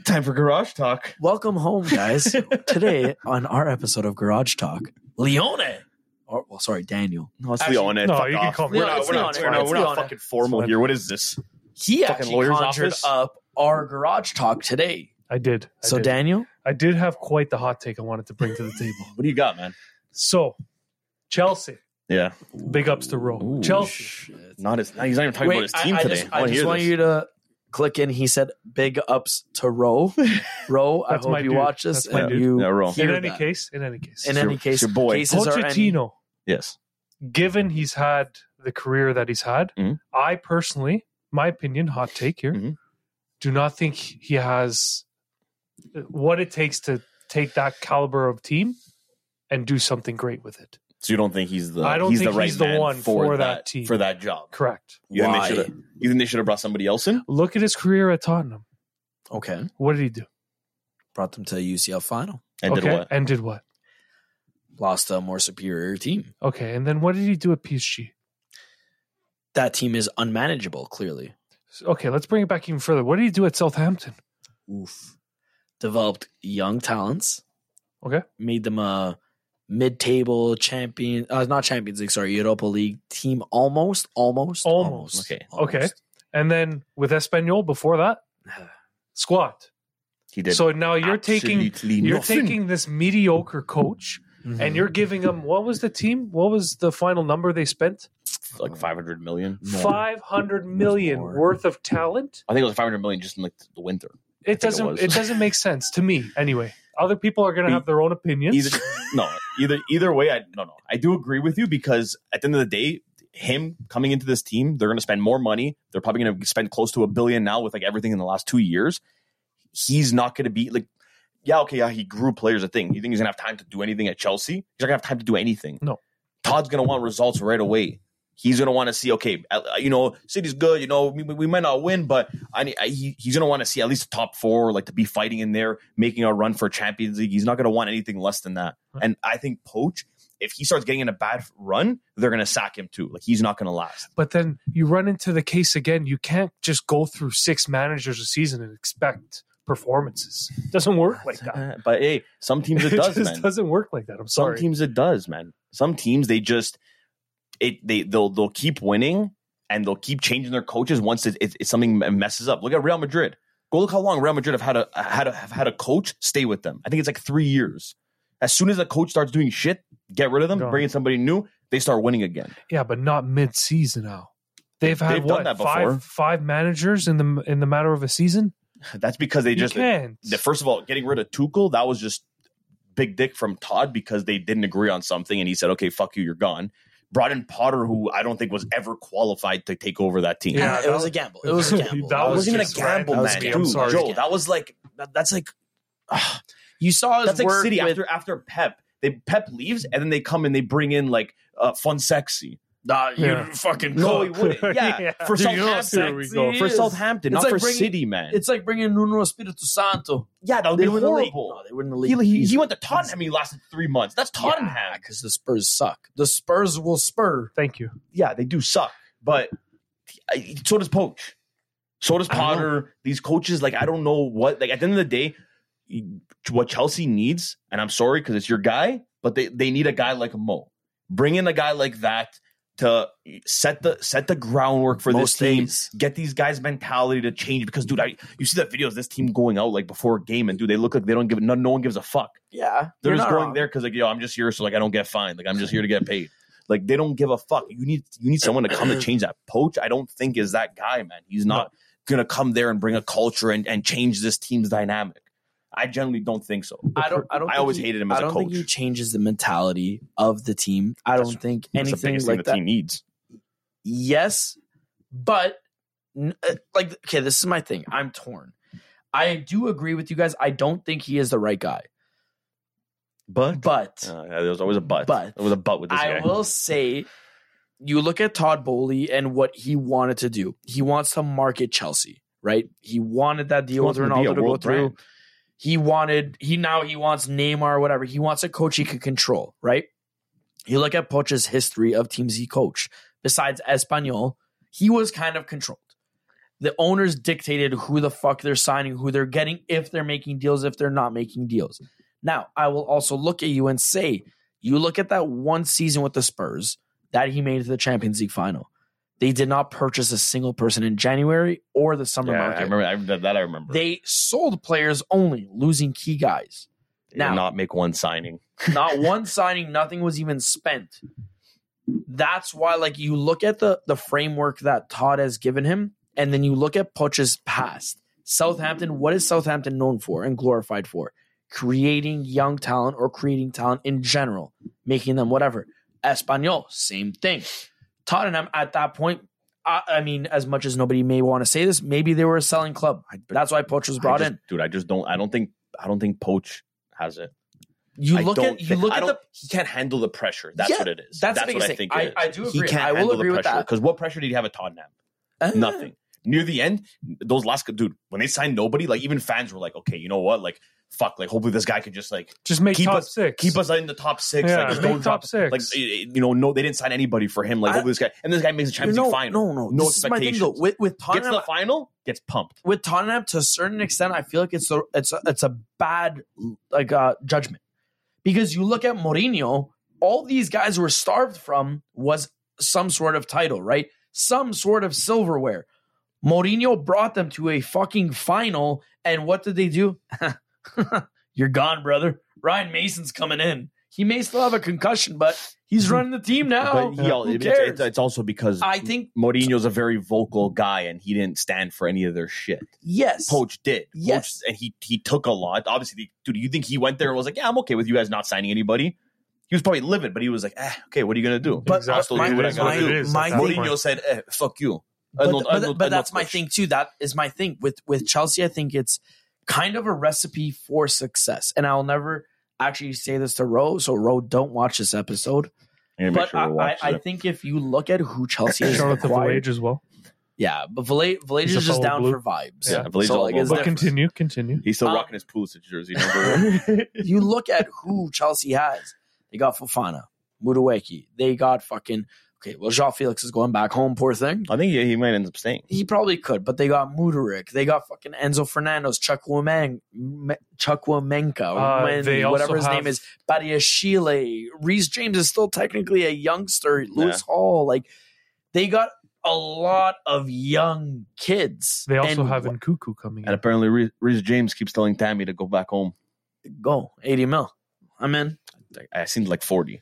Time for garage talk. Welcome home, guys. Today on our episode of Garage Talk, Leone, or well, sorry, Daniel. No, it's Actually, Leon. no, fuck you can off. call me We're Leon, not, it's we're not, Leon, we're not, it's we're not Leon. fucking formal It's here. What is this? He Fucking actually lawyer's conjured office. up our Garage Talk today. I did. I so did. Daniel, I did have quite the hot take I wanted to bring to the table. What do you got, man? So Chelsea, Yeah, big ups to Rome. Ooh, Chelsea, shit. not his. Not, he's not even talking about his team I, today. I just, I, I want to just hear want this. you to click in. He said, "Big ups to Roe. Roe, I That's hope my you dude. watch this That's my and dude. you Yeah, Roe. hear in any that. case, in any case, In It's your- any case, it's your boy. cases are ending. Pochettino, Yes, given he's had the career that he's had, Mhm. I personally, my opinion, hot take here, Mhm. do not think he has what it takes to take that caliber of team and do something great with it. so you don't think he's the? I don't he's think the right he's the man one for that team. for that job. Correct. You think Why? they should have? You think they should have brought somebody else in? Look at his career at Tottenham. Okay, What did he do? brought them to the UCL final, And did what? And did what? lost to a more superior team. Okay. And then what did he do at PSG? That team is unmanageable. Clearly, Okay, let's bring it back even further. What did he do at Southampton? oof. Developed young talents. Okay. made them a mid-table champion. Uh, not Champions League. Sorry, Europa League team. Almost, almost, Almost. Okay. Okay. And then with Espanol before that, squad. He did. So now you're taking absolutely you're nothing. taking this mediocre coach Mhm. and you're giving him what was the team? What was the final number they spent? like 500 million. Five hundred million More. worth of talent. I think it was 500 million just in like the winter. It it doesn't. was. It, doesn't make sense to me. Anyway, other people are going to Be- have their own opinions. Either no, either either way, I no no. I do agree with you because at the end of the day, him coming into this team, they're going to spend more money. They're probably going to spend close to a billion now with like everything in the last two years. He's not going to be like, yeah, okay, yeah, he grew players a thing. You think he's going to have time to do anything at Chelsea? He's not going to have time to do anything. No. Todd's going to want results right away. He's going to want to see, okay, uh, you know, City's good. You know, we, we we might not win, but I, need- I he, he's going to want to see at least the top four, like to be fighting in there, making a run for Champions League. He's not going to want anything less than that. And I think Poach, if he starts getting in a bad run, they're going to sack him too. Like he's not going to last. But then you run into the case again. You can't just go through six managers a season and expect performances. Doesn't work like that. Uh, But hey, some teams it does, just man. doesn't work like that. I'm Some sorry. teams it does, man. Some teams they just it they they'll they'll keep winning and they'll keep changing their coaches once it, it, it something messes up. Look at Real Madrid. Go look how long Real Madrid have had a had a, have had a coach stay with them. I think it's like three years. As soon as the coach starts doing shit, get rid of them, Gone. bring in somebody new. They start winning again. yeah, but not mid-season now. They've had They've done what that before. five five managers in the in the matter of a season. That's because they You just can't. the, first of all, getting rid of Tuchel, that was just big dick from Todd because they didn't agree on something, and he said, "Okay, fuck you, you're gone." Brought in Potter, who I don't think was ever qualified to take over that team. Yeah, Yeah, it that was a was- gamble. It was a gamble. That It was wasn't even a just gamble, man. random. That was me. Dude, I'm sorry. Joe, that- that was like that- that's like you saw his that's like work City with after after Pep. They Pep leaves, and then they come and they bring in like uh, Fun Sexy. Nah, you Yeah. fucking No, he cook. wouldn't. Yeah, for Dude, you know how Southampton. serious we There go. he For is. Southampton, It's not like for bringing- City, man. It's like bringing Nuno Espirito Santo. yeah, that would be They win the league. horrible. No, they win the league. He, he, he went to Tottenham. He lasted three months. That's Tottenham. because the Spurs suck. The Spurs will spur. Thank you. yeah, they do suck, but I- so does Poach. So does I don't Potter. These coaches, like, I don't know what, like, at the end of the day, you- what Chelsea needs, and I'm sorry because it's your guy, but they, they need a guy like Mo. Bring in a guy like that to set the set the groundwork for most this team. days. Get these guys' mentality to change because, dude, I you see the videos of this team going out like before a game, and dude, they look like they don't give no, no one gives a fuck. Yeah, They're you're just not going wrong. there because like yo, I'm just here so like I don't get fined. Like I'm just here to get paid. Like they don't give a fuck. You need you need someone to come to change that. Poach, I don't think is that guy, man. He's not gonna come there and bring a culture and, and change this team's dynamic. I generally don't think so. I don't. I don't. I think always he- hated him I as a don't think he coach. changes the mentality of the team. I don't think That's the anything biggest like thing the that. team needs. Yes, but n- uh, like, okay, this is my thing. I'm torn. I do agree with you guys. I don't think he is the right guy, But but uh, yeah, there was always a but. But- there was a but with this I guy. will say, you look at Todd Bowley and what he wanted to do. He wants to market Chelsea, right? He wanted that deal with wants him to be a Ronaldo to, go world through. brand. He wanted he now he wants Neymar, whatever. He wants a coach he can control, right? You look at Poch's history of teams he coached. Besides Espanol, he was kind of controlled. The owners dictated who the fuck they're signing, who they're getting, if they're making deals, if they're not making deals. Now, I will also look at you and say, you look at that one season with the Spurs that he made to the Champions League final. They did not purchase a single person in January or the summer Yeah, I market. remember I, that, that I remember. They sold players only, losing key guys. They now- did not make one signing. Not one signing, nothing was even spent. That's why, like, you look at the the framework that Todd has given him, and then you look at Poch's past. Southampton, what is Southampton known for and glorified for? Creating young talent or creating talent in general, making them whatever. Espanol, same thing. Tottenham at that point, I, I mean, as much as nobody may want to say this, maybe they were a selling club. That's why Poch was brought I just- in. dude. I just don't. I don't think. I don't think Poach has it. You I look don't at you think- look I at don't- the he can't handle the pressure. That's Yeah, what it is. that's the what biggest I thing. think. it I- I is. do He agree. can't I will handle the agree with pressure that. because what pressure did he have at Tottenham? Eh, Nothing. Near the end, those last dude when they signed nobody, like even fans were like, okay, you know what, like fuck, like hopefully this guy could just like Just make Keep top us- six. keep us in the top six. Yeah, like just make don't drop top six. Like eh, you you know, no, they didn't sign anybody for him. Like I- hopefully this guy and this guy makes a Champions no, League No, final. no, no This is my thing though. expectations. With, with Gets to Tottenham, the final, gets pumped. with Tottenham to a certain extent, I feel like it's a it's a, it's a bad like uh, judgment because you look at Mourinho. All these guys were starved from was some sort of title, right? Some sort of silverware. Mourinho brought them to a fucking final, and what did they do? You're gone, brother. Ryan Mason's coming in. He may still have a concussion, but He's running the team now. but yeah, Who it's, cares? it's, it's also because I think Mourinho's a very vocal guy, and he didn't stand for any of their shit. yes. Poach did, Yes. Poach, and he he took a lot. Obviously, the, dude, you think he went there and was like, "Yeah, I'm okay with you guys not signing anybody." He was probably livid, but he was like, eh, "Okay, what are you gonna do?" But Exactly. I'll still do what I It is gotta what it do. is at my that thing- point. Mourinho said, eh, "Fuck you." but, Arnold- but- Arnold- but Arnold that's my Poch. thing too. That is my thing with with Chelsea. I think it's kind of a recipe for success, and I'll never actually say this to Roe. So Roe, don't watch this episode. I'm gonna make But sure I, we're I, watching I it. think if you look at who Chelsea is Charlotte the acquired, Voyage as well. yeah, but Village, Village He's a is just fellow down blue. for vibes. Yeah, Village so all like, over. is But But there- continue, continue. He's still Um, rocking his Pulisic jersey number one. you look at who Chelsea has. They got Fofana, Mudaweki. They got fucking okay. Well, Jean Felix is going back home. Poor thing. I think yeah, he might end up staying. He probably could, but they got Mudarick. They got fucking Enzo Fernandez, Chukwuemeng, Me- Chukwuemenka, Uh, when- they also whatever his have- name is, Badiashile. Reese James is still technically a youngster. Lewis Hall, like they got a lot of young kids. They also And have Nkuku coming And in. apparently, Reece- Reece James keeps telling Tammy to go back home. go eighty mil. I'm in. Like, I seemed like forty.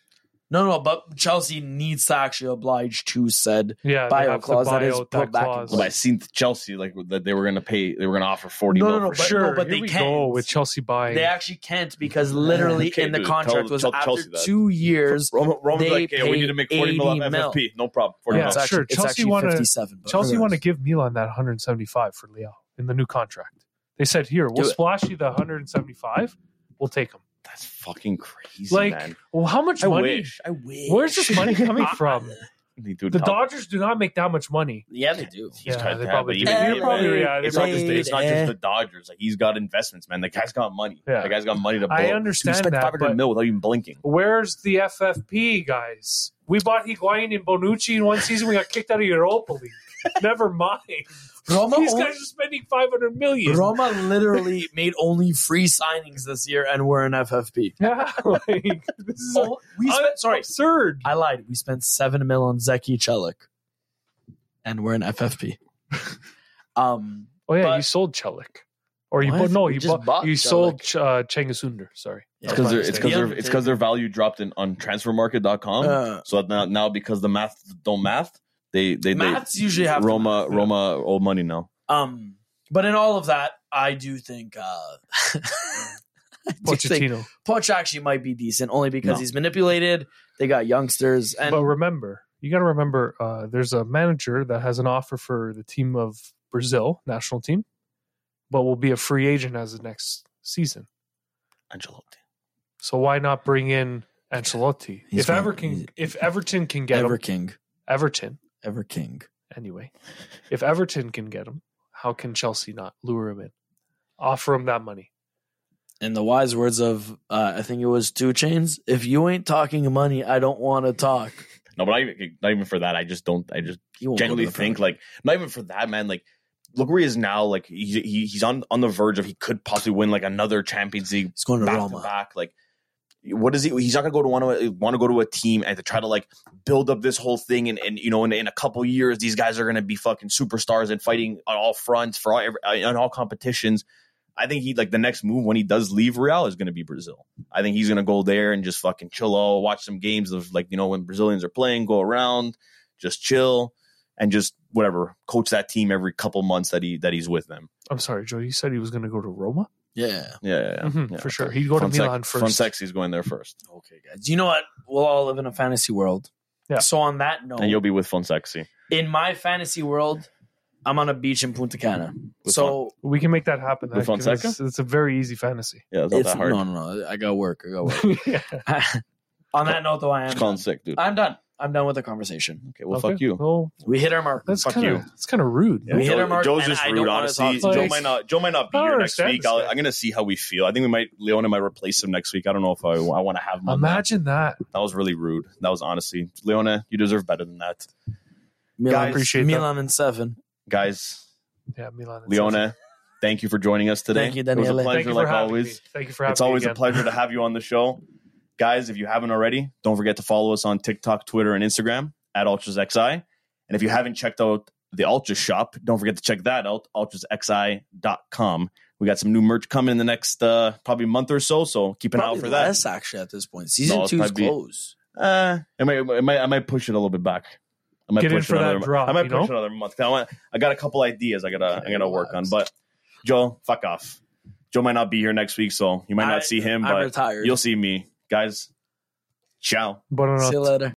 No, no, but Chelsea needs to actually oblige to said. Yeah, they Bio have to clause, that buy is out put back in But I seen Chelsea like that they were gonna pay. They were gonna offer forty. No, mil no, no, for but- sure. sure, but they here we can't. go with Chelsea buying. They actually can't because literally Okay, in the dude, contract tell- was tell after Chelsea that. two years. Roma, Roma's They like, hey, we need to make forty mil 80 on mil. FFP. No problem. Forty Yeah, it's mil. actually, sure, it's Chelsea actually wanna- 57. but- Chelsea want to give Milan that 175 for Leo in the new contract. They said, "Here, we'll Do it. splash you the 175. We'll take him." That's fucking crazy, Like, man. well, how much I money? wish. I wish. Where's this money coming from? Dude, Tom, the Dodgers do not make that much money. Yeah, they do. He's Yeah, got they that, probably but do. even- Yeah, probably, yeah, it's they not just probably it's not do. just the Dodgers. Like he's got investments, man. The guy's got money. Yeah. The guy's got money to blow. I Dude, he understand spent that, five hundred but mil without even blinking. where's the FFP guys? We bought Higuain and Bonucci in one season. We got kicked out of Europa League. Never mind. Roma, These only- guys are spending 500 million. Roma literally made only free signings this year and we're in FFP. Yeah, like, this is Oh, we spent, sorry, absurd. I lied. We spent 7 mil on Zeki Celik and we're in FFP. um, Oh yeah, But- you sold Chelik, or you What? bought no, You you just bought, bought you sold Ch- uh, Chengisunder. Sorry, yeah. It's because my they're it's mistake. because Yeah. they're it's because their value dropped in on transfermarket.com. Uh, so that now, now because the math don't math, they they Maths they, usually have to Roma math, yeah. Roma owe money now. Um, but in all of that, I do think uh, I do think Pochettino. Poch actually might be decent only because No. he's manipulated. They got youngsters, and but remember, you got to remember, uh, there's a manager that has an offer for the team of Brazil national team, but will be a free agent as of next season. Ancelotti. So why not bring in Ancelotti? He's if fine. Everton, He's- if Everton can get ever him, king, Everton ever king. anyway. If Everton can get him, how can Chelsea not lure him in? Offer him that money. In the wise words of, uh, I think it was Two Chains, if you ain't talking money, I don't want to talk. No, but not even, not even for that. I just don't. I just He won't go to genuinely the think Premier like not even for that, man. Like look where he is now. Like he, he he's on on the verge of he could possibly win like another Champions League League. he's going to back to Roma. back. Like, what is he? He's not gonna go to want to want to go to a team and to try to like build up this whole thing. And, and you know, in, in a couple years, these guys are gonna be fucking superstars and fighting on all fronts for all every, on all competitions. I think he like the next move when he does leave Real is gonna be Brazil. I think he's gonna go there and just fucking chill out, watch some games of like you know when Brazilians are playing, go around, just chill. And just whatever, coach that team every couple months that he that he's with them. I'm sorry, Joe. You said he was going to go to Roma. Yeah. Yeah, yeah, yeah. Mhm, yeah. for sure. He'd go to Fonseca- Milan first. Fonseca's going there first. Okay, guys. You know what? We'll all live in a fantasy world. Yeah. So on that note, and you'll be with Fonsexy. in my fantasy world, I'm on a beach in Punta Cana. With so We can make that happen. With because Fonseca? It's, it's a very easy fantasy. Yeah, it's not that hard. No, no, no. I got work. I got work. yeah. on that note, though, I am. Just calling sick, dude. I'm done. I'm done with the conversation. okay, well, Okay, fuck you. Well, We hit our mark. that's Fuck kind you. of that's kind of rude. Yeah. We hit our mark, Joe's and just I don't rude, wanna honestly. talk to Joe you. might not. Joe might not be I don't here next understand week. this I'll, guy. I'm gonna see how we feel. I think we might. Leona might replace him next week. I don't know if I. I want to have him. on that. Imagine that. That was really rude. That was honestly, Leona, you deserve better than that, Milan, Guys, appreciate Milan and seven. guys. Yeah, Milan. and Celtic. Leona, thank you for joining us today. Thank you, It was a Daniele. pleasure, Thank you for like having always. me. Thank you for having It's always me a pleasure to have you on the show. Guys, if you haven't already, don't forget to follow us on TikTok, Twitter, and Instagram at UltrasXI. And if you haven't checked out the Ultras shop, don't forget to check that out, ultrasxi.com. We got some new merch coming in the next uh, probably month or so, so keep an eye out Probably for that. less actually at this point. Season No, it two's might be- close. uh, I might, I might, I might push it a little bit back. I might Get in push for that another, mo- drop, I might you push know? another month. 'Cause I want, I got a couple ideas. I gotta, I gotta work on. But Joe, fuck off. Joe might not be here next week, so you might I- not see him, I'm but retired. you'll see me, guys. Ciao. Buonanotte. see you later.